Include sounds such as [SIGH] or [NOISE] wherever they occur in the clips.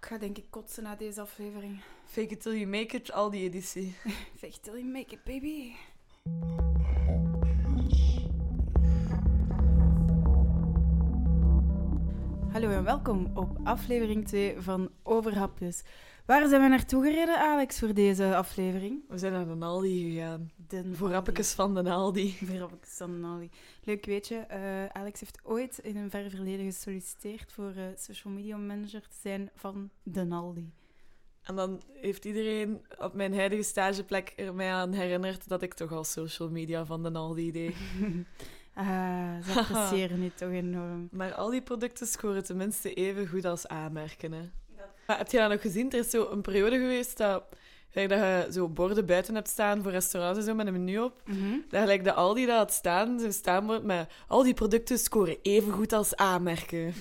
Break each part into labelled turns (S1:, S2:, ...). S1: ga denk ik kotsen na deze aflevering.
S2: Fake it till you make it, al die editie.
S1: Vecht till you make it, baby. Hallo en welkom op aflevering 2 van Overhapjes. Waar zijn we naartoe gereden, Alex, voor deze aflevering?
S2: We zijn naar de Aldi gegaan.
S1: Den [LAUGHS]
S2: Voor appetjes van de Aldi.
S1: Verrappekes van Nali. Leuk weetje, eh Alex heeft ooit in een ver verleden gesolliciteerd voor eh, social media manager te zijn van [LAUGHS] Denaldi.
S2: En dan heeft iedereen op mijn huidige stageplek er mij aan herinnerd dat ik toch al social media van de Aldi deed.
S1: Ah, ze appreciëren dit toch enorm.
S2: Maar al die producten scoren tenminste even goed als aanmerken. Hè. Maar heb je dat nog gezien? Er is zo een periode geweest dat, gelijk dat je zo borden buiten hebt staan voor restaurants en zo met een menu op.
S1: Mhm.
S2: Dat gelijk de Aldi dat had staan, zo'n staanbord met al die producten scoren even goed als aanmerken.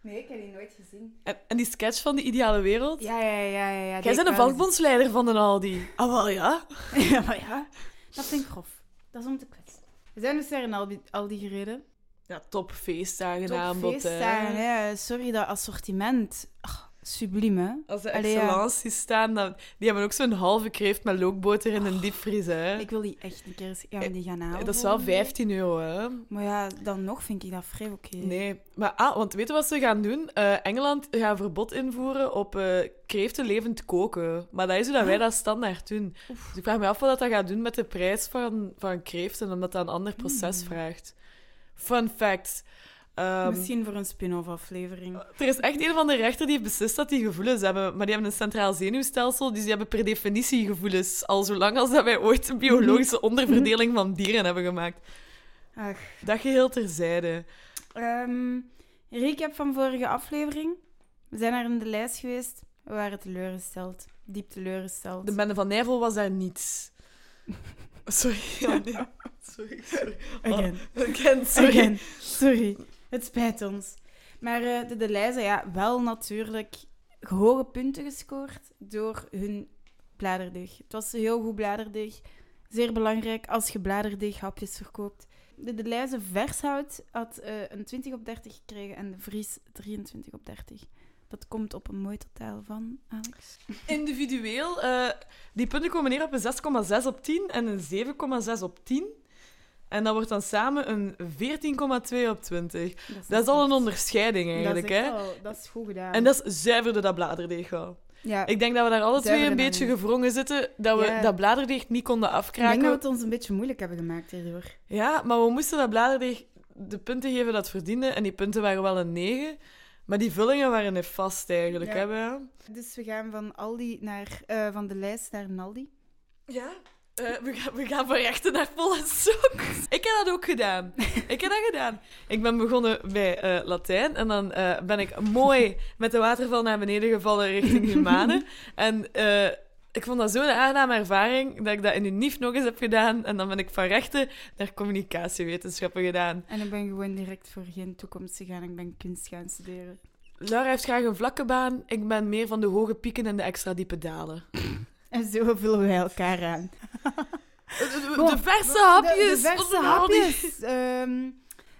S1: Nee, ik heb die nooit gezien.
S2: En, en die sketch van de ideale wereld?
S1: Ja, ja, ja. ja, ja
S2: Jij bent een vakbondsleider van de Aldi. Ah, wel ja.
S1: [LAUGHS] ja, maar ja. Dat vind ik grof. Dat is om te kwetsen. We zijn dus naar Aldi, Aldi gereden.
S2: Ja, top feestdagen
S1: Top
S2: aanbod.
S1: feestdagen,
S2: hè.
S1: hè. Sorry, dat assortiment. Ach, subliem, hè.
S2: Als de
S1: Allee, ja.
S2: excellenties staan, dan, die hebben ook zo'n halve kreeft met lookboter in een diepvries. Hè.
S1: Oh, Ik wil die echt een keer eens- ja, maar die gaan halen.
S2: Eh, Dat is wel
S1: volgende week.
S2: 15 euro, hè?
S1: Maar ja, dan nog vind ik dat vrij oké.
S2: Nee. Maar ah, want weet je wat ze gaan doen? Eh, Engeland gaat verbod invoeren op eh, kreeften levend koken. Maar dat is hoe dat
S1: Ah.
S2: wij dat standaard doen. Dus ik vraag me af wat dat gaat doen met de prijs van, van kreeften, omdat dat een ander proces vraagt. Fun fact. Ehm,
S1: Hmm. Misschien voor een spin-off aflevering.
S2: er is echt een van de rechter die heeft beslist dat die gevoelens hebben. Maar die hebben een centraal zenuwstelsel, dus die hebben per definitie gevoelens. Al zolang als dat wij ooit een biologische
S1: Mhm.
S2: onderverdeling van dieren hebben gemaakt. eh,
S1: Ach.
S2: Dat geheel terzijde.
S1: Ehm, recap van vorige aflevering. We zijn naar in de lijst geweest. We waren teleurgesteld. Diep teleurgesteld.
S2: De Bende van Nijvel was daar niet. Sorry. Ja, nee. Sorry, sorry.
S1: Again.
S2: Oh, again, [LAUGHS] sorry.
S1: Again. Sorry. Het spijt ons. Maar eh, de De Leize, ja, wel natuurlijk hoge punten gescoord door hun bladerdeeg. Het was heel goed bladerdeeg. Zeer belangrijk als je bladerdeeg hapjes verkoopt. De De Leize vershout had eh, een 20 op 30 gekregen en de Vries 23 op 30. Dat komt op een mooi totaal van, Alex.
S2: Individueel, eh, die punten komen neer op een 6,6 op 10 en een 7,6 op 10. En dat wordt dan samen een 14,2 op 20. Dat is al een onderscheiding eigenlijk, hè?
S1: dat is goed gedaan.
S2: En dat is zuiverde dat bladerdeeg wel.
S1: ja.
S2: Ik denk dat we daar alle twee
S1: Zuiverde
S2: een beetje
S1: dan.
S2: gevrongen zitten, dat we
S1: Ja.
S2: dat bladerdeeg niet konden
S1: Ik denk
S2: afkraken.
S1: dat we het ons een beetje moeilijk hebben gemaakt hierdoor.
S2: Ja, maar we moesten dat bladerdeeg de punten geven dat het verdiende. En die punten waren wel een 9. Maar die vullingen waren er vast eigenlijk,
S1: Ja.
S2: hè? Ja.
S1: Dus we gaan van Aldi naar, eh, van de lijst naar Naldi.
S2: ja. eh, we, gaan, we gaan van rechten naar volle sok. Ik heb dat ook gedaan. Ik heb dat gedaan. Ik ben begonnen bij eh, Latijn. En dan eh, ben ik mooi met de waterval naar beneden gevallen richting Humane. En eh, ik vond dat zo'n aangename ervaring dat ik dat in Unif nog eens heb gedaan. En dan ben ik van rechten naar communicatiewetenschappen gedaan.
S1: En ik ben gewoon direct voor geen toekomst gegaan. Ik ben kunst gaan studeren.
S2: Laura heeft graag een vlakke baan. Ik ben meer van de hoge pieken en de extra diepe dalen.
S1: En zo vullen wij elkaar aan.
S2: De,
S1: Wow.
S2: Eh, de verse
S1: De,
S2: hapjes!
S1: de verse
S2: wat een al die-
S1: hapjes. Ehm,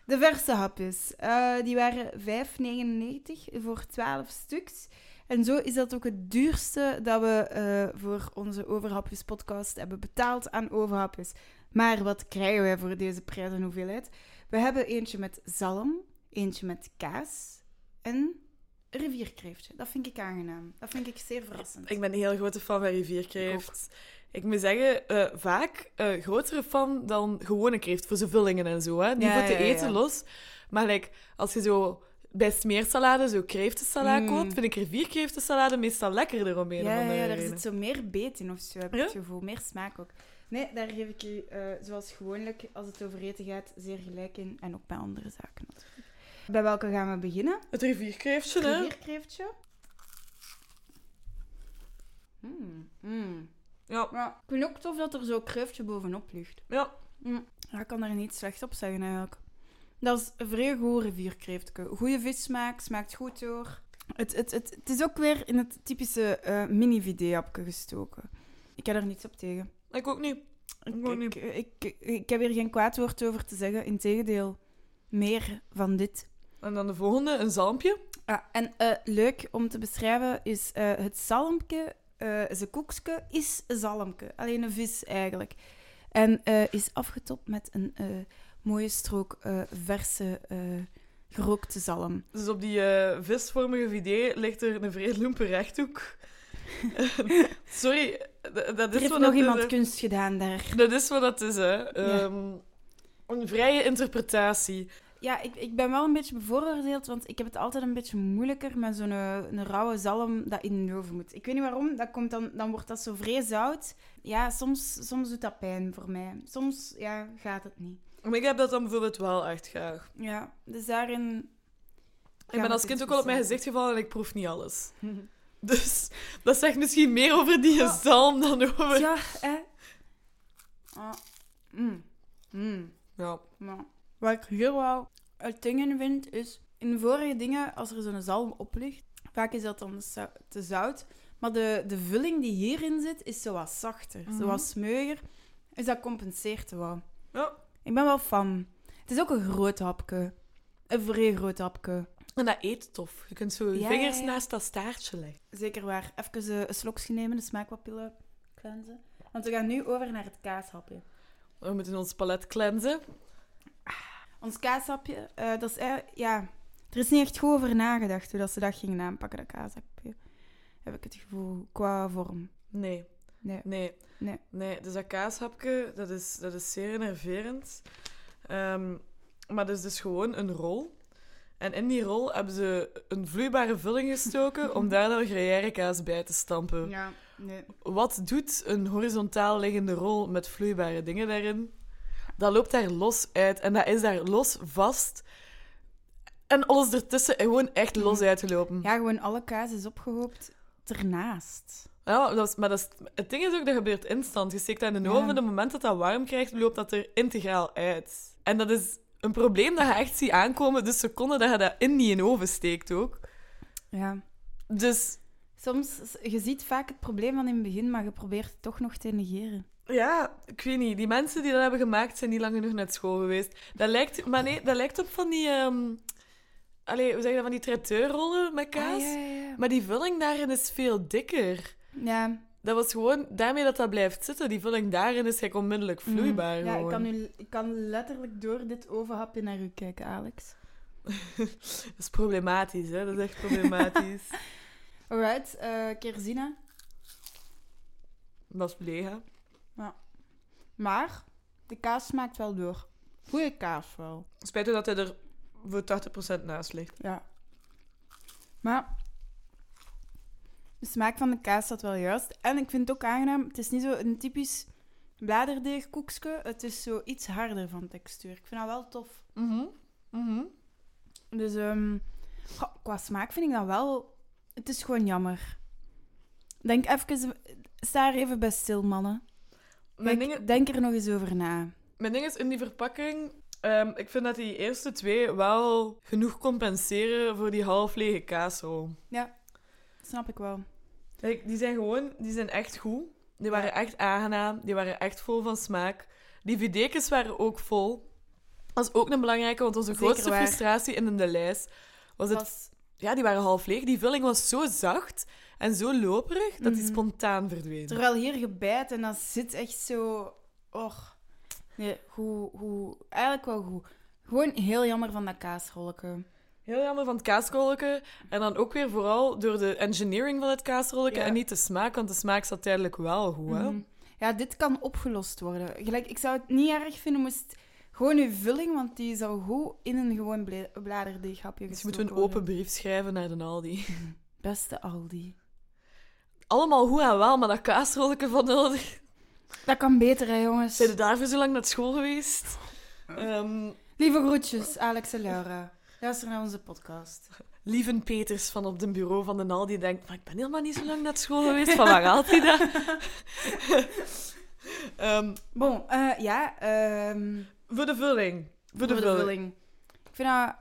S1: de verse hapjes. Eh, die waren 5,99 voor 12 stuks. En zo is dat ook het duurste dat we eh, voor onze Overhapjes podcast hebben betaald aan Overhapjes. Maar wat krijgen wij voor deze prijs en hoeveelheid? We hebben eentje met zalm, eentje met kaas en rivierkreeftje. Dat vind ik aangenaam. Dat vind ik zeer verrassend.
S2: Ik ben een heel grote fan van rivierkreeft. Ik, moet zeggen, eh, vaak eh, grotere fan dan gewone kreeft voor zijn vullingen en zo. Hè. Niet
S1: Ja,
S2: voor te
S1: ja,
S2: eten
S1: ja.
S2: los. Maar like, als je zo bij smeersalade zo kreeftensalade
S1: Mm.
S2: koopt, vind ik rivierkreeftensalade meestal lekkerder om een of
S1: Ja,
S2: andere
S1: ja, daar
S2: reden.
S1: zit zo meer beet in of zo, heb ik
S2: Ja?
S1: het gevoel. Meer smaak ook. Nee, daar geef ik u, eh, zoals gewoonlijk, als het over eten gaat, zeer gelijk in. En ook bij andere zaken natuurlijk. Bij welke gaan we beginnen?
S2: Het rivierkreeftje,
S1: Het
S2: hè?
S1: rivierkreeftje. Mm, mm.
S2: Ja,
S1: Ja, ik vind ook tof dat er zo'n kreeftje bovenop ligt.
S2: ja.
S1: Mm. Ja, ik kan daar niet slecht op zeggen eigenlijk. Dat is een vrij goed rivierkreeftje. Goede vissmaak, smaakt goed door. Het, het, het, het is ook weer in het typische eh mini-videehapje gestoken. Ik heb er niets op tegen.
S2: Ik ook niet.
S1: Ik,
S2: Gewoon
S1: ik, ik, ik, ik heb hier geen kwaad woord over te zeggen. Integendeel, meer van dit.
S2: En dan de volgende, een zalmpje.
S1: Eh, Ah, en eh, leuk om te beschrijven is eh, het zalmke, eh zijn koekske is een zalmke, alleen een vis eigenlijk. En eh, is afgetopt met een eh, mooie strook eh, verse eh, gerookte zalm.
S2: Dus op die eh, visvormige video ligt er een vrij loempe rechthoek. [LAUGHS] Sorry, d- dat
S1: Er
S2: is
S1: heeft
S2: wat
S1: nog
S2: dat
S1: iemand
S2: is, hè.
S1: kunst gedaan daar.
S2: Dat is wat dat is, hè. Ehm, Een vrije interpretatie.
S1: Ja, ik, ik ben wel een beetje bevooroordeeld, want ik heb het altijd een beetje moeilijker met zo'n eh, een rauwe zalm dat in de oven moet. Ik weet niet waarom, dat komt dan, dan wordt dat zo vrij zout. Ja, soms, soms doet dat pijn voor mij. Soms ja, gaat het niet.
S2: Maar ik heb dat dan bijvoorbeeld wel echt graag.
S1: Ja, dus daarin... [LAUGHS]
S2: Ik ben als kind ook al op mijn gezicht gevallen en ik proef niet alles. Dus dat zegt misschien meer over die
S1: Ja.
S2: zalm dan over... Ja.
S1: Ja, hè. Ah. Mm. Mm. Maar wat ik hier wel uit dingen vind, is... In vorige dingen, als er zo'n zalm op ligt, vaak is dat dan zo- te zout. Maar de, de vulling die hierin zit, is zo wat zachter. Zo
S2: Mhm.
S1: wat smeuger. Dus dat compenseert wel.
S2: Ja.
S1: Ik ben wel fan. Het is ook een groot hapje. Een vrij groot hapje.
S2: En dat eet tof. Je kunt zo je
S1: Ja,
S2: vingers
S1: ja, ja.
S2: naast dat staartje leggen.
S1: Zeker waar. Even eh, een slokje nemen, de smaakpapillen cleansen. Want we gaan nu over naar het kaashapje.
S2: We moeten ons palet cleansen.
S1: Ons kaashapje, eh, dat is eigenlijk- ja, er is niet echt goed over nagedacht hoe dat ze dat gingen aanpakken, dat kaashapje. Heb ik het gevoel, qua vorm.
S2: Nee,
S1: Nee.
S2: nee.
S1: Nee.
S2: Nee, dus dat kaashapje, dat is, dat is zeer enerverend. Ehm, maar dat is dus gewoon een rol. En in die rol hebben ze een vloeibare vulling gestoken
S1: [LAUGHS]
S2: om daar dan gruyère bij te stampen.
S1: Ja, nee.
S2: Wat doet een horizontaal liggende rol met vloeibare dingen daarin? Dat loopt daar los uit en dat is daar los vast. En alles ertussen is gewoon echt los
S1: Mhm.
S2: uitgelopen. Ja,
S1: Ja, gewoon alle kaas is opgehoopt ernaast.
S2: dat is, maar dat is, het ding is ook, dat gebeurt instant. Je steekt dat in de
S1: Ja.
S2: oven, op het moment dat dat warm krijgt, loopt dat er integraal uit. En dat is een probleem dat je echt ziet aankomen, dus seconden dat je dat in die in de oven steekt ook.
S1: Ja.
S2: Dus
S1: Soms, je ziet vaak het probleem van in het begin, maar je probeert het toch nog te negeren.
S2: Ja, ik weet niet. Die mensen die dat hebben gemaakt zijn niet lang genoeg naar school geweest. Dat lijkt, maar nee, dat lijkt op van die. ehm allee, hoe zeg je dat? Van die traiteurrollen met kaas.
S1: Ah, ja, ja, ja.
S2: Maar die vulling daarin is veel dikker.
S1: Ja, mm.
S2: Dat was gewoon daarmee dat dat blijft zitten. Die vulling daarin is gek onmiddellijk vloeibaar.
S1: Mhm. mm. Ja, ik
S2: gewoon.
S1: kan, nu, ik kan letterlijk door dit ovenhapje naar u kijken, Alex.
S2: Dat is problematisch, hè? Dat is echt problematisch.
S1: Alright, eh Kersina.
S2: dat is leeg, hè?
S1: Maar de kaas smaakt wel door. Goeie kaas wel.
S2: Spijtig dat hij er voor 80% naast ligt.
S1: Ja. Maar de smaak van de kaas staat wel juist. En ik vind het ook aangenaam. Het is niet zo een typisch bladerdeegkoekje. Het is zo iets harder van textuur. Ik vind dat wel tof.
S2: Mhm. Mhm.
S1: Dus ehm, goh, qua smaak vind ik dat wel... Het is gewoon jammer. Denk even... Sta er even bij stil, mannen.
S2: Mijn
S1: Kijk,
S2: dingen-
S1: Denk er nog eens over na.
S2: Mijn ding is, in die verpakking... ehm, ik vind dat die eerste twee wel genoeg compenseren voor die half lege kaasrol.
S1: Snap ik wel.
S2: Kijk, die zijn gewoon... Die zijn echt goed. Die waren
S1: Ja.
S2: echt aangenaam. Die waren echt vol van smaak. Die videkens waren ook vol. Dat is ook een belangrijke, want onze
S1: Zeker
S2: grootste
S1: waar.
S2: frustratie in de lijst was het...
S1: Was-
S2: Ja, die waren half leeg. Die vulling was zo zacht en zo loperig dat die
S1: Mhm.
S2: spontaan verdween.
S1: Terwijl hier gebijt en dat zit echt zo. Och. Nee, hoe, hoe. Eigenlijk wel goed. Gewoon heel jammer van dat kaasrolletje.
S2: Heel jammer van het kaasrolletje. En dan ook weer vooral door de engineering van het kaasrolletje
S1: Ja.
S2: en niet de smaak, want de smaak zat tijdelijk wel goed. Hè?
S1: Mhm. Ja, dit kan opgelost worden. Gelijk, ik zou het niet erg vinden moest gewoon uw vulling, want die zou goed in een gewoon bla- bladerdeeghapje
S2: Dus
S1: gestoken
S2: moeten we een
S1: worden.
S2: open brief schrijven naar de Aldi. [LAUGHS]
S1: Beste Aldi.
S2: Allemaal goed en wel, maar dat kaasrolletje van de Aldi...
S1: [LAUGHS] Dat kan beter, hè, jongens.
S2: Zijn er daarvoor zo lang naar school geweest? Ehm,
S1: Lieve groetjes, Alex en Laura. Luister naar onze podcast.
S2: Lieven Peters van op het bureau van de Aldi denkt... Maar ik ben helemaal niet zo lang naar school geweest. Van waar haalt hij dat?
S1: [LAUGHS]
S2: [LAUGHS] Ehm,
S1: Bon, eh, ja. ehm
S2: voor de vulling. Voor de,
S1: voor
S2: vulling.
S1: Ik vind dat...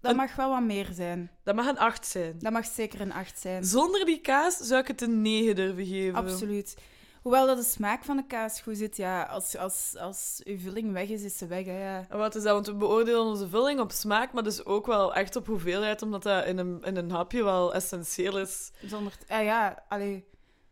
S1: Dat
S2: Een-
S1: mag wel wat meer zijn.
S2: Dat mag een 8 zijn.
S1: Dat mag zeker een 8 zijn.
S2: Zonder die kaas zou ik het een 9 durven geven.
S1: Absoluut. Hoewel dat de smaak van de kaas goed zit, ja, als, als, als uw vulling weg is, is ze weg. Hè, ja.
S2: En Wat is dat? Want we beoordelen onze vulling op smaak, maar dus ook wel echt op hoeveelheid, omdat dat in een, in een hapje wel essentieel is.
S1: Zonder, ah ja, allee,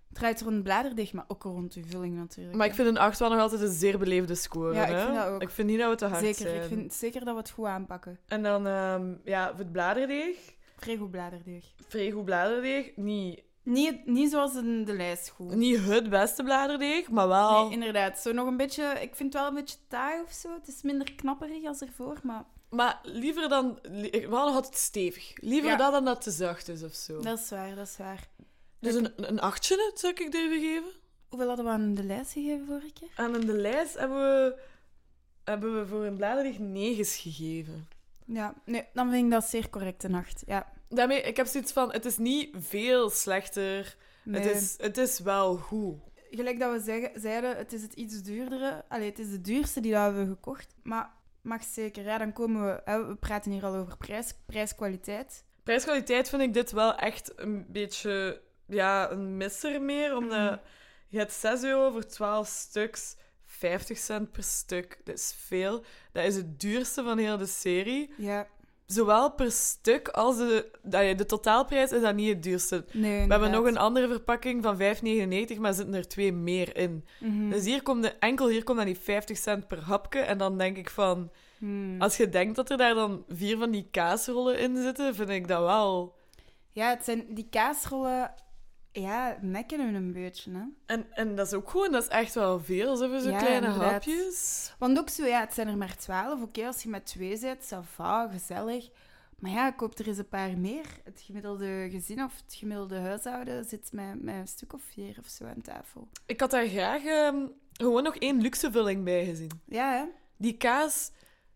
S1: het draait rond bladerdeeg, maar ook rond uw vulling natuurlijk.
S2: Maar ik
S1: hè.
S2: vind een 8 wel nog altijd een zeer beleefde score.
S1: Ja, ik
S2: hè?
S1: vind dat ook.
S2: Ik vind niet dat we te hard eh,
S1: zeker,
S2: zijn.
S1: ik vind zeker dat we het goed aanpakken.
S2: En dan, ehm, ja, voor het bladerdeeg,
S1: Vrij goed bladerdeeg.
S2: vrij goed bladerdeeg, niet,
S1: Niet, niet zoals in de lijst goed.
S2: niet het beste bladerdeeg, maar wel...
S1: Nee, inderdaad. Zo nog een beetje... Ik vind het wel een beetje taai of zo. Het is minder knapperig als ervoor, maar
S2: Maar liever dan, li- wel nog altijd stevig. Liever
S1: Ja.
S2: dat dan dat het te zacht is of zo.
S1: dat is waar, dat is waar.
S2: Dus een, een achtje zou ik durven geven.
S1: Hoeveel hadden we aan de lijst gegeven vorige keer?
S2: En in de lijst hebben we, hebben we voor een bladerdeeg negens gegeven.
S1: Ja, nee, dan vind ik dat zeer correct, een acht. Ja.
S2: Daarmee, ik heb zoiets van, het is niet veel slechter.
S1: Nee.
S2: Het, is, het is wel goed.
S1: Gelijk dat we zeggen, zeiden, het is het iets duurdere. Allee, het is de duurste die we hebben gekocht. Maar mag zeker. Ja, dan komen we... hè, we praten hier al over prijs, prijs-kwaliteit.
S2: Prijskwaliteit vind ik dit wel echt een beetje ja, een misser meer. Omdat
S1: Mhm.
S2: je hebt 6 euro voor 12 stuks, 50 cent per stuk. Dat is veel. Dat is het duurste van heel de serie.
S1: Ja,
S2: Zowel per stuk als de, dat je- de totaalprijs is dat niet het duurste.
S1: nee,
S2: We hebben nog een andere verpakking van 5,99, maar er zitten er twee meer in.
S1: Mhm.
S2: Dus hier komt de, enkel hier komt dan die 50 cent per hapje. En dan denk ik van,
S1: Mm. Mhm.
S2: als je denkt dat er daar dan vier van die kaasrollen in zitten, vind ik dat wel...
S1: Ja, het zijn die kaasrollen... Ja, nekken hun een beetje, hè.
S2: En, en dat is ook gewoon, dat is echt wel veel, zo voor zo'n
S1: Ja,
S2: kleine
S1: inderdaad.
S2: hapjes.
S1: Want ook zo, ja, het zijn er maar twaalf. Oké, als je met twee bent, ça va, gezellig. Maar ja, koop er eens een paar meer. Het gemiddelde gezin of het gemiddelde huishouden zit met, met een stuk of vier of zo aan tafel.
S2: Ik had daar graag ehm, gewoon nog één luxe vulling bij gezien.
S1: Ja, hè?
S2: Die kaas,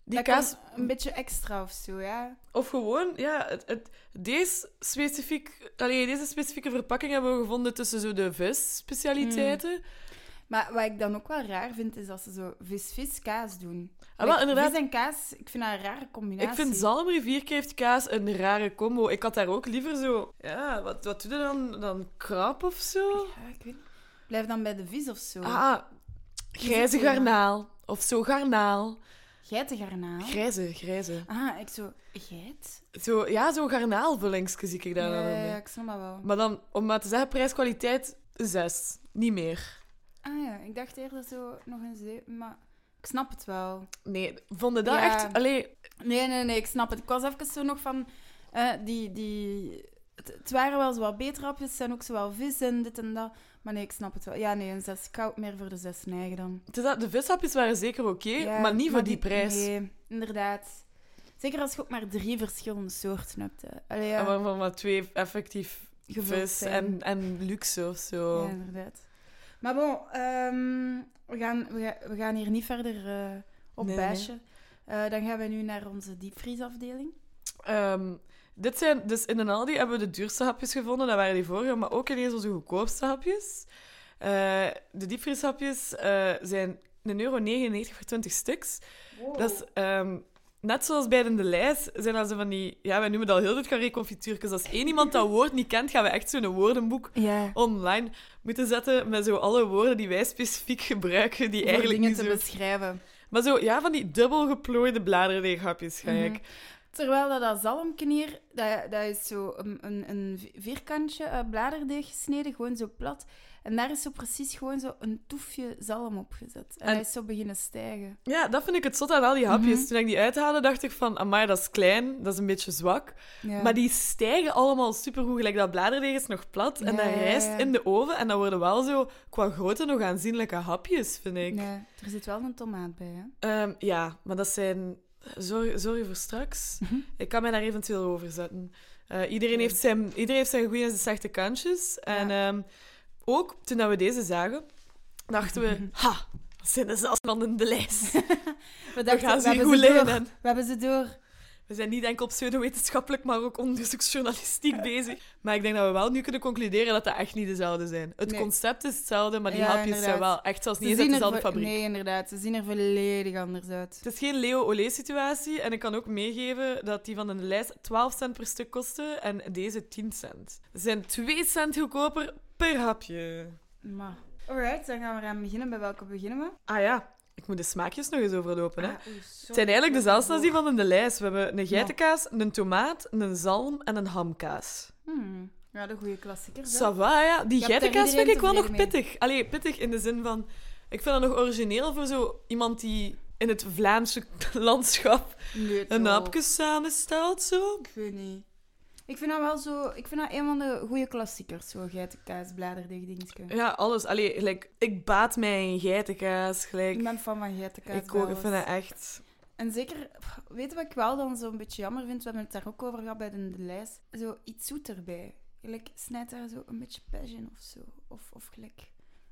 S2: die
S1: Dat
S2: kaas,
S1: kan Een beetje extra of zo, ja.
S2: of gewoon, ja, het, het- deze, specifiek, allee, deze specifieke verpakking hebben we gevonden tussen zo de visspecialiteiten.
S1: Maar wat ik dan ook wel raar vind, is dat ze zo vis-vis kaas doen.
S2: Ah, wel,
S1: Like,
S2: inderdaad.
S1: Vis en kaas, ik vind dat een rare combinatie.
S2: Ik vind zalmrivierkreeft kaas een rare combo. Ik had daar ook liever zo, ja, wat, wat doe je dan? Dan krap of zo?
S1: Ja, ik weet niet. Blijf dan bij de vis of zo.
S2: Ah, grijze
S1: het weer?
S2: garnaal. Of zo garnaal.
S1: Geitengarnaal.
S2: Grijze, grijze.
S1: Ah, ik zo... Geit?
S2: Zo, ja, zo'n garnaalvullingske zie ik daar
S1: Ja,
S2: dan wel
S1: ja, ja,
S2: mee.
S1: ik snap dat wel.
S2: Maar dan, om maar te zeggen, prijs-kwaliteit 6. Niet meer.
S1: Ah ja, ik dacht eerder zo nog een zeven, maar ik snap het wel.
S2: Nee, vonden dat
S1: Ja.
S2: echt... Allee,
S1: Nee, nee, nee, ik snap het. Ik was even zo nog van... eh, die, die... Het, het waren wel zo wat betere hapjes, het zijn ook zo wel vis en dit en dat. Maar nee, ik snap het wel. Ja, nee, een zes. Ik hou meer voor de zes neigen dan.
S2: het is dat- de vishapjes waren zeker oké,
S1: Ja,
S2: maar niet voor die, prijs.
S1: Nee, inderdaad. Zeker als je ook maar drie verschillende soorten hebt. hè. Allee,
S2: En
S1: ja,
S2: waarvan maar twee effectief
S1: gevuld
S2: vis
S1: zijn.
S2: en, en luxe of zo.
S1: Ja, inderdaad. Maar bon, ehm, we, gaan, we, ga- we gaan hier niet verder eh op
S2: Nee, nee.
S1: bashen. Eh, dan gaan we nu naar onze diepvriesafdeling.
S2: Ehm, dit zijn, dus in een Aldi hebben we de duurste hapjes gevonden, dat waren die vorige, maar ook ineens onze goedkoopste hapjes. Eh, de diepvrieshapjes eh, zijn 1,99 euro voor 20 stuks. Dat is, ehm, net zoals bij in de lijst zijn dat ze van die... Ja, wij noemen dat al heel dit carré confituurkes. Als één iemand dat woord niet kent, gaan we echt zo'n woordenboek
S1: Ja,
S2: online moeten zetten met zo alle woorden die wij specifiek gebruiken, die
S1: om
S2: eigenlijk
S1: dingen
S2: niet
S1: te
S2: zo...
S1: beschrijven.
S2: Maar zo, ja, van die dubbel geplooide bladerdeeghapjes ga ik.
S1: Mhm. Terwijl dat, dat zalmknier, dat, dat is zo een, een, een vi- vierkantje eh, bladerdeeg gesneden, gewoon zo plat. En daar is zo precies gewoon zo een toefje zalm op gezet. En,
S2: En-
S1: hij is zo beginnen stijgen.
S2: Ja, dat vind ik het zot aan al die hapjes.
S1: Mhm.
S2: Toen ik die uithaalde, dacht ik van, amai, dat is klein, dat is een beetje zwak.
S1: Ja.
S2: Maar die stijgen allemaal supergoed. Gelijk dat bladerdeeg is nog plat en
S1: Ja,
S2: dat
S1: ja,
S2: rijst
S1: ja.
S2: in de oven. En dat worden wel zo, qua grootte, nog aanzienlijke hapjes, vind ik.
S1: Nee, er zit wel een tomaat bij, hè?
S2: Ehm, ja, maar dat zijn... Sorry, sorry voor straks.
S1: Mhm.
S2: Ik kan mij daar eventueel over zetten. Eh, iedereen,
S1: Oké.
S2: heeft zijn, iedereen heeft zijn goede en zijn slechte kantjes. En ehm, ook toen dat we deze zagen, dachten we... Ha, dat zijn de zes van in de lijst.
S1: Mhm. [LAUGHS] We,
S2: We gaan ze hier
S1: hebben
S2: goed
S1: ze door.
S2: leiden.
S1: We hebben ze door.
S2: We zijn niet enkel pseudowetenschappelijk, maar ook onderzoeksjournalistiek bezig. Maar ik denk dat we wel nu kunnen concluderen dat dat echt niet dezelfde zijn. Het
S1: Nee.
S2: concept is hetzelfde, maar die
S1: Ja,
S2: hapjes zijn
S1: inderdaad.
S2: wel echt zelfs
S1: Ze
S2: niet eens
S1: zien
S2: uit
S1: er
S2: dezelfde
S1: vo-
S2: fabriek.
S1: Nee, inderdaad. Ze zien er volledig anders uit.
S2: Het is geen Leo Olé situatie en ik kan ook meegeven dat die van de lijst 12 cent per stuk kostte en deze 10 cent. Ze zijn 2 cent goedkoper per hapje.
S1: Maar... Oké, Alright, dan gaan we eraan beginnen. Bij welke beginnen we?
S2: Ah ja, ik moet de smaakjes nog eens overlopen. Hè.
S1: Ah, oei,
S2: Het
S1: sorry.
S2: zijn eigenlijk dezelfde als die van in de lijst. We hebben een geitenkaas, een tomaat, een zalm en een hamkaas.
S1: Hmm. Ja, de goede klassiekers. hè.
S2: Sava, ja. Die
S1: Je hebt daar
S2: geitenkaas vind
S1: iedereen
S2: ik wel nog
S1: tevreden mee.
S2: pittig. Allee, pittig in de zin van... Ik vind dat nog origineel voor zo iemand die in het Vlaamse [LAUGHS] landschap
S1: Nee,
S2: een
S1: toch.
S2: hapje samenstelt, zo.
S1: Ik weet niet. Ik vind dat wel zo... Ik vind dat een van de goede klassiekers, zo geitenkaas, bladerdeeg, dingetje.
S2: Ja, alles. Allee, gelijk, ik baat mij in geitenkaas.
S1: Ik
S2: Gelijk.
S1: ben fan van geitenkaas.
S2: Ik
S1: bij
S2: ook, ik
S1: alles.
S2: vind dat echt...
S1: En zeker, pff, weet je wat ik wel dan zo'n beetje jammer vind? We hebben het daar ook over gehad bij de, de lijst. Zo iets zoeter bij. Gelijk, snijd daar zo een beetje pech in of zo. Of, of gelijk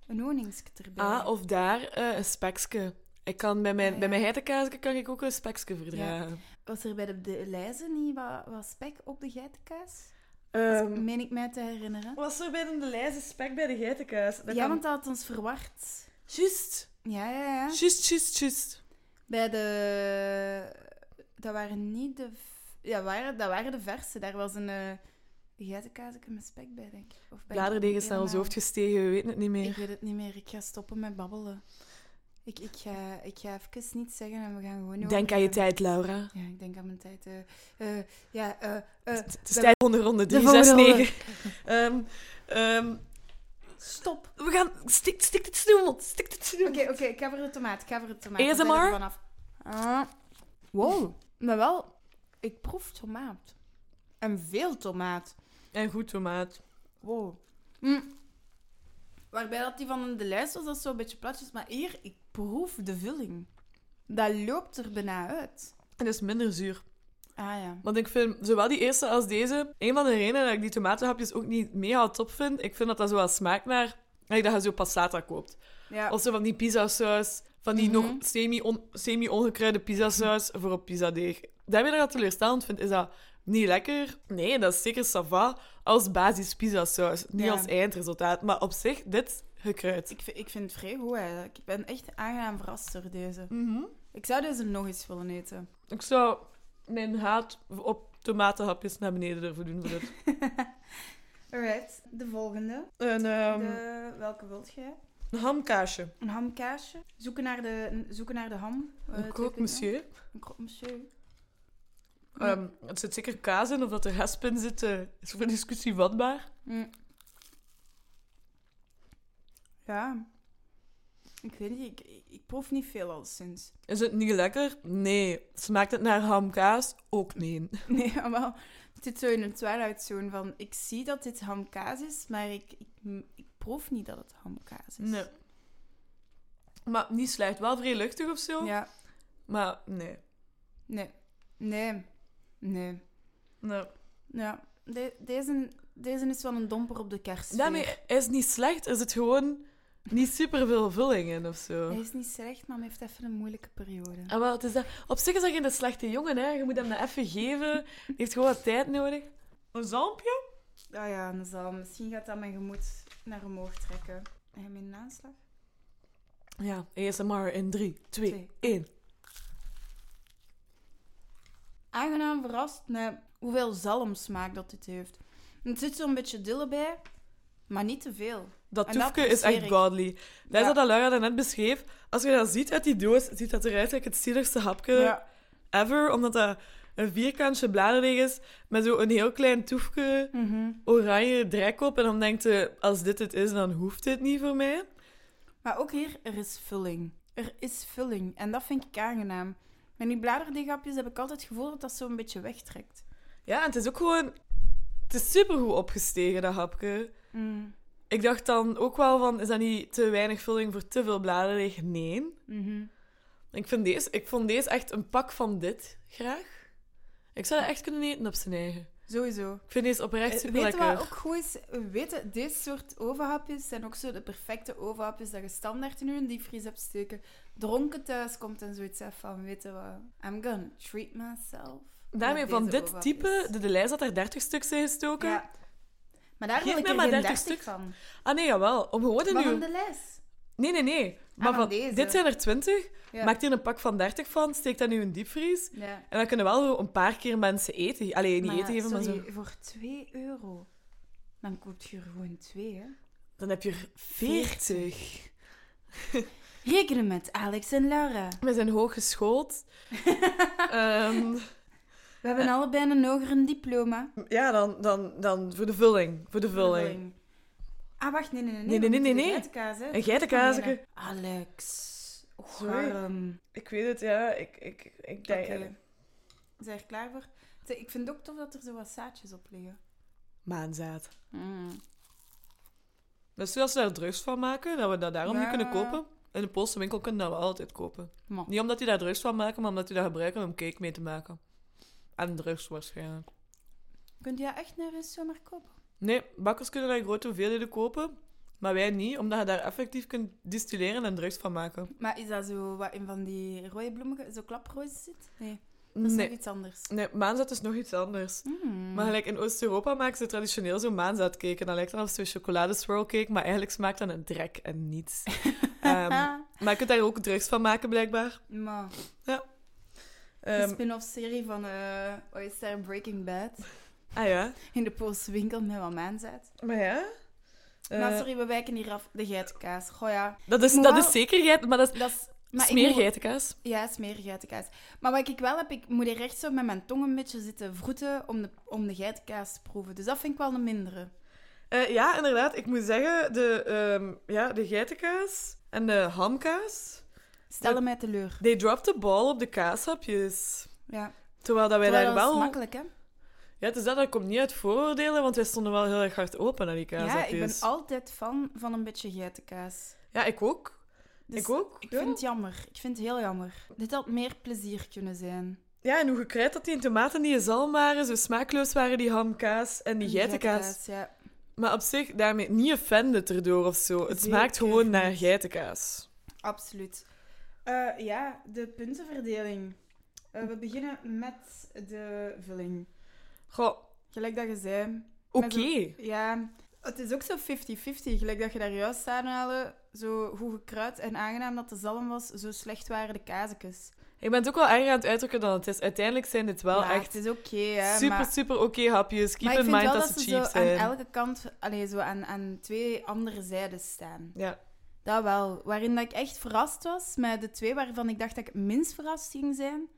S1: een honingske erbij.
S2: Ah, of daar eh, een spekske. Ik kan bij mijn,
S1: Ah, ja.
S2: bij mijn geitenkaas kan ik ook een spekske verdragen.
S1: Was er bij de, de lijzen niet wat, wat spek op de geitenkaas?
S2: Ja.
S1: Dat meen ik mij te herinneren.
S2: was Ehm, er bij de lijst spek bij de geitenkaas?
S1: Ja, want dat had ons verward.
S2: Juist.
S1: Ja, ja, ja.
S2: Juist, juist, juist.
S1: Bij de... Dat waren niet de... v- Ja, waren, dat waren de verse. Daar was een eh geitenkaas met spek bij, denk ik. Of ben ik
S2: Bladerdegen is naar ons
S1: helemaal-
S2: hoofd gestegen, we weten het niet
S1: Ik
S2: meer.
S1: weet het niet meer. Ik ga stoppen met babbelen. Ik, ik, ga, ik ga even niets zeggen en we gaan gewoon... over-
S2: Denk aan je tijd, Laura.
S1: Ja, ik denk aan mijn tijd. eh, eh, ja, eh, eh,
S2: Het is
S1: de-
S2: tijd voor de ronde
S1: de
S2: 3,
S1: volgende
S2: 6, 9. Ehm, ehm,
S1: stop.
S2: we gaan... Stik, stik dit snoemel. Stik dit
S1: Oké,
S2: snoemel.
S1: oké. ik ga voor de tomaat. Ik ga voor de tomaat. Ik ben
S2: ASMR?
S1: er vanaf. Ah. Wow. Maar wel, ik proef tomaat. En veel tomaat.
S2: En goed, tomaat.
S1: Wow. Mm. Waarbij dat die van de lijst was, dat is zo'n beetje platjes. Maar hier, ik proef de vulling. Dat loopt er bijna uit.
S2: En dat is minder zuur.
S1: Ah ja.
S2: Want ik vind zowel die eerste als deze... Een van de redenen dat ik die tomatenhapjes ook niet mega top vind... Ik vind dat dat zo wel smaakt naar... Like dat je zo passata koopt.
S1: ja.
S2: Of zo van die pizzasaus, van die
S1: Mhm.
S2: nog semi-on- semi-ongekruide pizzasaus voor op pizzadeeg. Dat wat ik dat teleurstellend vind, is dat niet lekker. Nee, dat is zeker sava als basis pizzasaus, niet
S1: Ja.
S2: als eindresultaat. Maar op zich, dit gekruid.
S1: Ik, vind- ik vind het vrij goed eigenlijk. Ik ben echt aangenaam verrast door deze.
S2: Mhm.
S1: Ik zou deze nog eens willen eten.
S2: Ik zou mijn haat op tomatenhapjes naar beneden durven doen voor dit.
S1: [LAUGHS] Alright, de volgende.
S2: Een, ehm,
S1: De- welke wilt jij?
S2: een hamkaasje.
S1: Een hamkaasje. Zoeken naar de, zoeken naar de ham. Eh,
S2: Een
S1: tekenen.
S2: croque monsieur.
S1: Een croque monsieur.
S2: Ehm, het zit zeker kaas in, of dat er hasp in zit, eh, is voor discussie vatbaar.
S1: Mm. Ja. Ik weet niet, ik, ik proef niet veel alleszins.
S2: Is het niet lekker? Nee. Smaakt het naar hamkaas? Ook nee.
S1: [LAUGHS] Nee, maar wel, het zit zo in een twilight zone van... Ik zie dat dit hamkaas is, maar ik, ik, ik proef niet dat het hamkaas is.
S2: Nee. Maar niet slecht. Wel vrij luchtig of zo.
S1: Ja,
S2: Maar nee.
S1: Nee. Nee. Nee.
S2: nee.
S1: Ja. De- deze, deze is wel een domper op de kerst.
S2: Daarmee is het niet slecht. Is het gewoon niet super veel vulling in of zo.
S1: Hij is niet slecht, maar hij heeft even een moeilijke periode.
S2: Ah, wel, het is dat... Op zich is dat geen slechte jongen. Hè. Je moet hem dat even geven. Hij heeft gewoon wat tijd nodig. Een zampje?
S1: Ah ja, en zal, misschien gaat dat mijn gemoed naar omhoog trekken. Heb je mijn aanslag?
S2: Ja, ASMR in 3, 2, 1.
S1: Aangenaam verrast met hoeveel zalmsmaak dat dit heeft. En Het zit zo'n beetje dille bij, maar niet te veel.
S2: Dat
S1: En dat
S2: toefje is echt
S1: apprecieer ik.
S2: godly. Dat is
S1: Ja.
S2: wat dat Laura daarnet beschreef. Als je dat ziet uit die doos, ziet dat eruit als het zieligste hapje ever. Omdat dat een vierkantje bladerdeeg is met zo'n heel klein toefje
S1: Mhm.
S2: oranje drek op. En dan denkt je, als dit het is, dan hoeft dit niet voor mij.
S1: Maar ook hier, er is vulling. Er is vulling. En dat vind ik aangenaam. Met die bladerdeeghapjes heb ik altijd het gevoel dat dat zo een beetje wegtrekt.
S2: Ja, en het is ook gewoon... Het is supergoed opgestegen, dat hapje.
S1: Mm.
S2: Ik dacht dan ook wel van, is dat niet te weinig vulling voor te veel bladerdeeg? Nee.
S1: Mhm.
S2: Ik, vind deze, ik vond deze echt een pak van dit, graag. Ik zou dat echt kunnen eten op zijn eigen.
S1: Sowieso.
S2: Ik vind deze oprecht
S1: Eh,
S2: super
S1: Weet je wat
S2: lekker.
S1: ook goed is? Weet je, deze soort ovenhapjes zijn ook zo de perfecte ovenhapjes dat je standaard in je diepvries hebt steken. Dronken thuis komt en zoiets af van, weet je wat, I'm gonna treat myself.
S2: Daarmee,
S1: met
S2: van
S1: deze
S2: dit
S1: ovenhapjes.
S2: type, de, de lijst had er 30 stuks in gestoken.
S1: Ja. Maar daar
S2: Geef
S1: wil ik
S2: mij
S1: er
S2: maar
S1: geen
S2: 30
S1: 30,
S2: stuk.
S1: van.
S2: Ah nee, jawel. Om gewoon in
S1: Maar van
S2: uw...
S1: de les.
S2: Nee, nee, nee. Maar
S1: van
S2: van,
S1: deze.
S2: dit zijn er 20.
S1: Ja.
S2: Maak hier een pak van 30 van, steek dat nu in een diepvries.
S1: Ja.
S2: En dan kunnen wel zo een paar keer mensen eten. Allee, niet
S1: Maar
S2: eten geven, maar
S1: sorry,
S2: zo.
S1: voor 2 euro, dan koop je er gewoon twee, hè.
S2: Dan heb je er 40.
S1: Rekenen met Alex en Laura.
S2: We zijn
S1: [LAUGHS]
S2: hooggeschoold. Ehm
S1: We hebben
S2: Eh.
S1: allebei een hoger diploma.
S2: ja, dan, dan, dan voor de vulling. Voor de vulling.
S1: Ah, wacht, nee, nee, nee.
S2: Nee,
S1: we
S2: nee, nee,
S1: moeten
S2: nee,
S1: de
S2: nee.
S1: geitenkaas, hè.
S2: Een geitenkaasje.
S1: Alex. Och,
S2: Sorry.
S1: waarom?
S2: Ik weet het, ja. Ik, ik, ik
S1: Oké.
S2: denk...
S1: Zijn we er klaar voor? Zeg, Ik vind het ook tof dat er zo wat zaadjes op liggen.
S2: Maanzaad.
S1: Mm,
S2: Dus als ze daar drugs van maken, dat we dat daarom
S1: Ja.
S2: niet kunnen kopen. In de Poolse winkel kunnen we dat wel altijd kopen.
S1: Maar,
S2: Niet omdat die daar drugs van maken, maar omdat die dat gebruiken om cake mee te maken. En drugs waarschijnlijk.
S1: kunt je dat echt naar een zomaar kopen?
S2: Nee, bakkers kunnen daar grote hoeveelheden kopen, maar wij niet, omdat je daar effectief kunt distilleren en drugs van maken.
S1: Maar is dat zo wat in van die rode bloemen, zo klaprozen zit? Nee, dat is
S2: Nee,
S1: nog iets anders.
S2: nee, maanzaad is nog iets anders.
S1: Mm.
S2: Maar gelijk in Oost-Europa maken ze traditioneel zo maanzaadcake. En dan lijkt het alsof ze chocoladeswirlcake, maar eigenlijk smaakt dan een drek
S1: [LAUGHS]
S2: en niets. Ehm, maar je kunt daar ook drugs van maken, blijkbaar.
S1: Ah, maar
S2: Ehm,
S1: een spin-off serie van eh wat is daar Breaking Bad
S2: ah ja,
S1: in de Poolse winkel met wat maanzet.
S2: maar ja. Eh,
S1: maar sorry, we wijken hier af. De geitenkaas. Goh ja,
S2: dat is,
S1: ik moet
S2: dat
S1: wel-
S2: is zeker geit, maar dat is
S1: dat is... Maar ik
S2: smeer
S1: moet-
S2: geitenkaas.
S1: Ja, smerig geitenkaas. Maar wat ik wel heb, ik moet er echt zo met mijn tong een beetje zitten vroeten om de, om de geitenkaas te proeven. Dus dat vind ik wel een mindere.
S2: Eh, ja, inderdaad. Ik moet zeggen, de, ehm, ja, de geitenkaas en de hamkaas,
S1: Stellen mij teleur.
S2: they dropped the ball op de kaashapjes.
S1: Ja.
S2: Terwijl dat wij
S1: Terwijl
S2: daar
S1: dat is
S2: wel...
S1: makkelijk, hè?
S2: Ja, het is dat, dat komt niet uit vooroordelen, want wij stonden wel heel erg hard open naar die
S1: Ja,
S2: kaashapjes.
S1: ik ben altijd fan van een beetje geitenkaas.
S2: Ja, ik ook.
S1: Dus
S2: ik ook.
S1: Ik
S2: ja.
S1: vind het jammer. Ik vind het heel jammer. Dit had meer plezier kunnen zijn.
S2: ja, en hoe gekruid dat die in tomaten die zalm waren, zo smaakloos waren die hamkaas en die geitenkaas.
S1: ja.
S2: Maar op zich, daarmee niet offended erdoor of zo. Het
S1: Zeker
S2: smaakt gewoon naar
S1: niet.
S2: geitenkaas.
S1: Absoluut. Eh, ja, de puntenverdeling. Eh, we beginnen met de vulling.
S2: Goh,
S1: Gelijk dat je zei,
S2: oké.
S1: Maar zo- Ja, het is ook zo 50-50. Gelijk dat je daar juist aanhaalde, zo goed gekruid en aangenaam dat de zalm was, zo slecht waren de kazetjes.
S2: Ik ben het ook wel erg aan het uitdrukken dan het is. Uiteindelijk zijn dit wel
S1: Maar
S2: echt
S1: Het is oké, hè.
S2: super,
S1: maar...
S2: super oké hapjes. Keep
S1: maar ik
S2: in
S1: vind
S2: mind
S1: wel
S2: dat
S1: dat
S2: ze
S1: ze
S2: cheap
S1: zo aan
S2: zijn.
S1: elke kant, allee, zo aan, aan twee andere zijden staan.
S2: Ja.
S1: Dat wel. Waarin dat ik echt verrast was met de twee waarvan ik dacht dat ik het minst verrast ging zijn,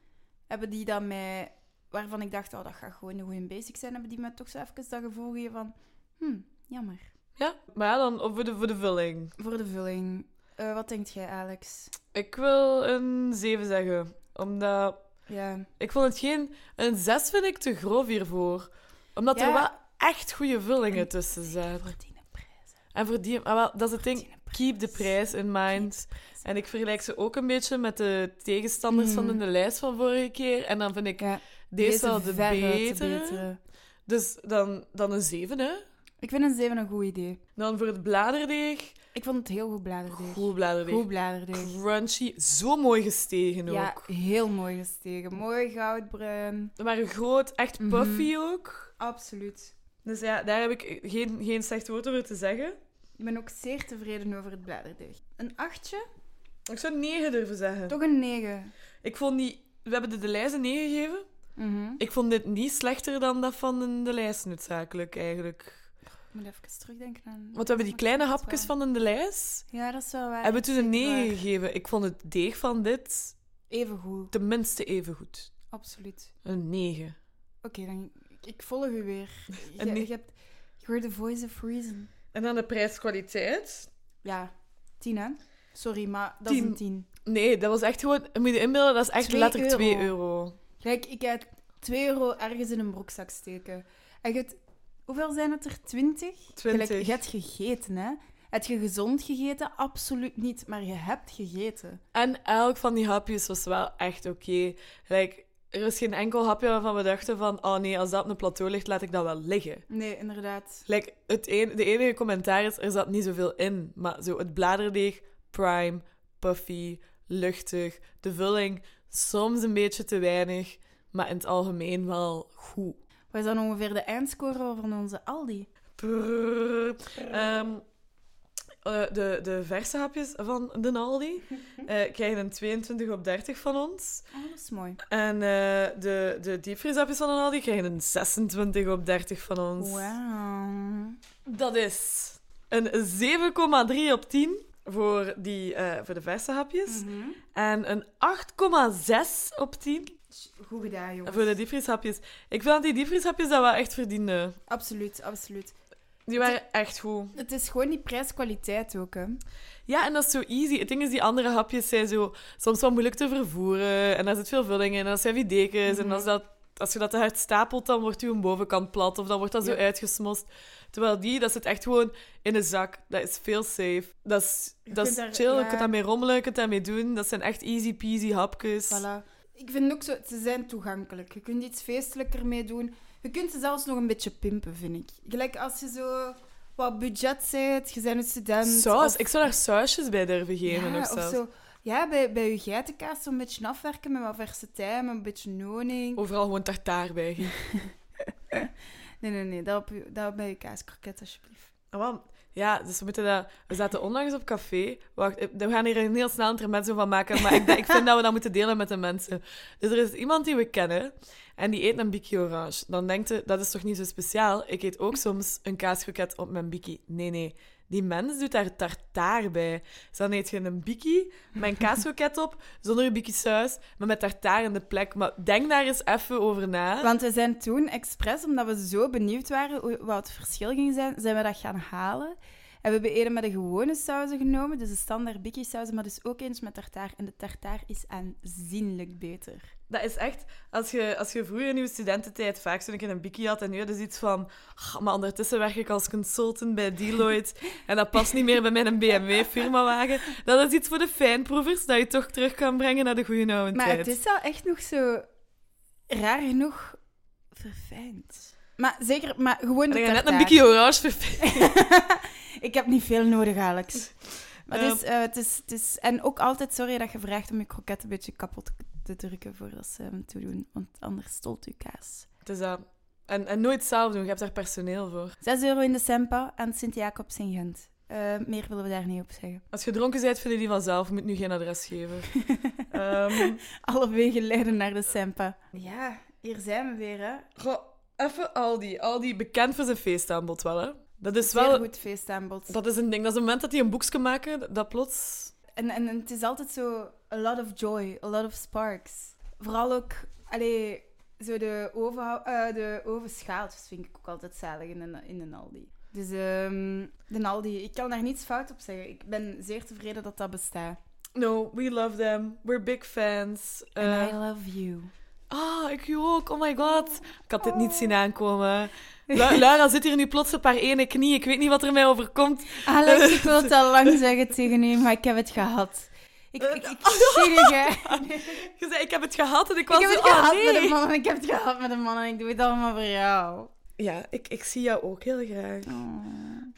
S1: hebben die dan mij... Waarvan ik dacht, oh, dat gaat gewoon een goede basic zijn, hebben die mij toch zo even dat gevoel gegeven van... Hm, jammer.
S2: ja, maar ja, dan op voor de, voor de vulling.
S1: Voor de vulling. Eh, wat denkt jij, Alex?
S2: Ik wil een 7 zeggen. Omdat
S1: Ja.
S2: ik vond het geen. Een 6 vind ik te grof hiervoor. Omdat
S1: Ja.
S2: er wel echt goede vullingen tussen zaten.
S1: Verdienen prijzen.
S2: En voor die. Ah, wel, dat is het ding.
S1: verdienen prijzen.
S2: Keep de prijs in mind. En ik vergelijk ze ook een beetje met de tegenstanders van in de lijst van vorige keer. En dan vind ik
S1: Hmm. Ja,
S2: deze, wel de
S1: verre te
S2: betere.
S1: beteren. Dus...
S2: Dus dan, dan een 7, hè?
S1: Ik vind een 7 een goed idee.
S2: Dan voor het bladerdeeg.
S1: Ik vond het heel goed bladerdeeg.
S2: Goed bladerdeeg.
S1: Goed bladerdeeg.
S2: Crunchy. Zo mooi gestegen ook.
S1: Ja, heel mooi gestegen. Mooi goudbruin.
S2: Maar groot, echt
S1: Mhm.
S2: puffy ook.
S1: Absoluut.
S2: Dus ja, daar heb ik geen, geen slecht woord over te zeggen.
S1: Ik ben ook zeer tevreden over het bladerdeeg. Een 8
S2: Ik zou negen durven zeggen.
S1: toch een 9.
S2: Ik vond die... We hebben de de lijst een 9 gegeven.
S1: Mhm.
S2: Ik vond dit niet slechter dan dat van de, de lijst noodzakelijk, eigenlijk.
S1: Ik moet even terugdenken aan.
S2: Want we hebben die kleine hapjes van in de lijst...
S1: Ja, dat is wel waar.
S2: Hebben we toen een
S1: Zeker
S2: 9
S1: waar.
S2: gegeven. Ik vond het deeg van dit
S1: Even goed,
S2: tenminste even goed.
S1: absoluut.
S2: Een 9.
S1: Oké, dan ik volg u
S2: [LAUGHS]
S1: weer. Je,
S2: En nu-
S1: je hebt je hoort de voice of reason.
S2: En dan de prijs-kwaliteit.
S1: Ja, tien hè? Sorry, maar dat is
S2: Tien.
S1: een tien.
S2: Nee, dat was echt gewoon... Moet je inbeelden, dat is echt
S1: Twee
S2: letterlijk
S1: euro.
S2: 2 euro.
S1: Kijk, ik ga 2 euro ergens in een broekzak steken. En je hebt- hoeveel zijn het er? 20?
S2: Twintig.
S1: Gelijk, je hebt gegeten, hè? Heb je gezond gegeten? Absoluut niet, maar je hebt gegeten.
S2: En elk van die hapjes was wel echt oké. Like, er is geen enkel hapje waarvan we dachten van... Oh nee, als dat op een plateau ligt, laat ik dat wel liggen.
S1: Nee, inderdaad.
S2: Like, het een, de enige commentaar is, er zat niet zoveel in. Maar zo, het bladerdeeg, prime, puffy, luchtig. De vulling, soms een beetje te weinig. Maar in het algemeen wel goed.
S1: Wat is dan ongeveer de eindscore van onze Aldi?
S2: Brrr. Ehm, eh, de, de verse hapjes van de Aldi eh, krijgen een 22 op 30 van ons.
S1: Oh, dat is mooi.
S2: En eh, de, de diepvrieshapjes van de Aldi krijgen een 26 op 30 van ons.
S1: Wauw.
S2: Dat is Een 7,3 op 10 voor, die, eh, voor de verse hapjes.
S1: Mhm.
S2: En een 8,6 op 10
S1: Goed gedaan, jongens.
S2: voor de diepvrieshapjes. Ik vind dat die diepvrieshapjes dat wel echt verdienden.
S1: Absoluut, absoluut.
S2: Die waren echt goed.
S1: Het is gewoon die prijs-kwaliteit ook, hè.
S2: Ja, en dat is zo easy. Het ding is, die andere hapjes zijn zo soms wel moeilijk te vervoeren. En daar zit veel vulling in. En dat zijn wie dekens.
S1: Mhm.
S2: En als, dat, als je dat te hard stapelt, dan wordt je bovenkant plat. Of dan wordt dat zo
S1: Ja.
S2: uitgesmost. Terwijl die, dat zit echt gewoon in een zak. Dat is veel safe. Dat is,
S1: Je
S2: dat is
S1: kunt daar-
S2: chill. Je
S1: ja.
S2: kunt daarmee rommelen, je kunt daarmee doen. Dat zijn echt easy peasy hapjes.
S1: Voilà. Ik vind ook zo, ze zijn toegankelijk. Je kunt iets feestelijker mee doen. Je kunt ze zelfs nog een beetje pimpen, vind ik. Gelijk als je zo wat budget zet, je bent een student.
S2: Saus.
S1: of-
S2: Ik zou daar sausjes bij durven geven.
S1: ja,
S2: of zelfs.
S1: zo. Ja, bij, bij je geitenkaas zo'n beetje afwerken met wat verse tijm, een beetje honing.
S2: Overal gewoon tartaar bij.
S1: Nee, nee, nee, dat, op, je- dat bij je kaaskroket, alsjeblieft.
S2: Oh, man. Ja, dus we moeten dat... We zaten onlangs op café. Wacht, eh, we gaan hier een heel snel intermezzo van maken, maar ik, denk- ik vind dat we dat moeten delen met de mensen. Dus er is iemand die we kennen en die eet een bikkie orange. Dan denkt je, dat is toch niet zo speciaal? Ik eet ook soms een kaaskroket op mijn bikkie. Nee, nee. Die mens doet daar tartaar bij. Dus dan eet je een bikkie met een kaaskroket op, zonder een bikkie saus, maar met tartaar in de plek. Maar denk daar eens even over
S1: [LAUGHS]
S2: na.
S1: Want we zijn toen expres, omdat we zo benieuwd waren hoe- wat het verschil ging zijn, zijn we dat gaan halen. En we hebben eerder met de gewone sauzen genomen, dus de standaard bikkie sauzen, maar dus ook eens met tartaar. En de tartaar is aanzienlijk beter.
S2: Dat is echt, als je, als je vroeger in je studententijd vaak zo'n keer een bikkie had en nu had je iets van, "Ah, maar ondertussen werk ik als consultant bij Deloitte en dat past niet meer bij mijn BMW-firmawagen. Dat is iets voor de fijnproevers dat je toch terug kan brengen naar de goede oude
S1: Maar
S2: tijd.
S1: het is wel echt nog zo, raar genoeg, verfijnd. Maar zeker, maar gewoon
S2: En
S1: de
S2: dan ga je net
S1: tartaar.
S2: een bikkie oranje verfilmen.
S1: [LAUGHS] ik heb niet veel nodig, Alex. Maar het
S2: Ehm.
S1: is, eh, het is, het is, en ook altijd sorry dat je vraagt om je kroket een beetje kapot te drukken voordat ze hem toedoen. Want anders stolt uw kaas.
S2: [LAUGHS] Het is dat. En, en nooit zelf doen, je hebt daar personeel voor.
S1: 6 euro in de Sempa aan Sint-Jacobs in Gent. Eh, meer willen we daar niet op zeggen. [LAUGHS]
S2: Als je dronken bent, vinden die vanzelf, je moet nu geen adres geven. Ehm,
S1: Alle wegen leiden naar de Sempa. Ja, hier zijn we weer, hè.
S2: goh, even Aldi. Aldi, bekend voor zijn feestaanbod wel, hè. Dat is
S1: Zeer
S2: wel
S1: goed feestaanbod.
S2: Dat is een ding. Dat is het moment dat hij een boekje maken, dat plots...
S1: En, en, en het is altijd zo a lot of joy, a lot of sparks. Vooral ook, allee, zo de, overhou- eh, de overschaaltjes vind ik ook altijd zalig in een, in een Aldi. Dus ehm de Aldi, ik kan daar niets fout op zeggen. Ik ben zeer tevreden dat dat bestaat.
S2: No, we love them. We're big fans.
S1: And
S2: Eh,
S1: I love you.
S2: Ah, ik u ook. Oh my god. Ik had dit niet zien aankomen. Lu- [LAUGHS] Lara zit hier nu plots op haar ene knie. Ik weet niet wat er mij overkomt.
S1: Alex, ik wil het al [LAUGHS] lang zeggen tegen u, maar ik heb het gehad. Ik, ik, Eh. [LAUGHS] ik ah, zie je. hè.
S2: Je zei, ik heb het gehad en ik was
S1: Ik heb
S2: zo,
S1: het
S2: "Oh,
S1: gehad
S2: nee."
S1: met een man en ik heb het gehad met een man en ik doe het allemaal voor jou.
S2: Ja, ik, ik zie jou ook heel graag.
S1: Oh.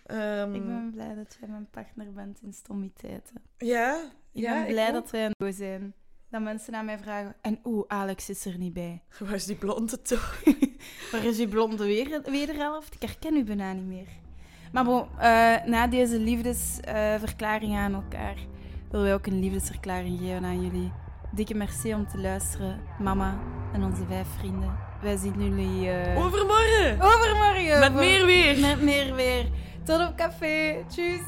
S2: Ehm,
S1: Ik ben blij dat jij mijn partner bent in stommiteiten.
S2: Ja?
S1: Ik
S2: ja,
S1: ben blij
S2: ook.
S1: dat wij een duo zijn. Dat mensen aan mij vragen, en oeh, Alex is er niet bij.
S2: Waar is die blonde toch?
S1: Waar is die blonde weer- wederhelft? Ik herken u bijna niet meer. Maar bon, eh, na deze liefdesverklaring aan elkaar... willen wij ook een liefdesverklaring geven aan jullie. Dikke merci om te luisteren, mama en onze vijf vrienden. Wij zien jullie... eh,
S2: Overmorgen!
S1: Overmorgen!
S2: Met
S1: voor-
S2: meer weer.
S1: Met meer weer. Tot op café. Tjus.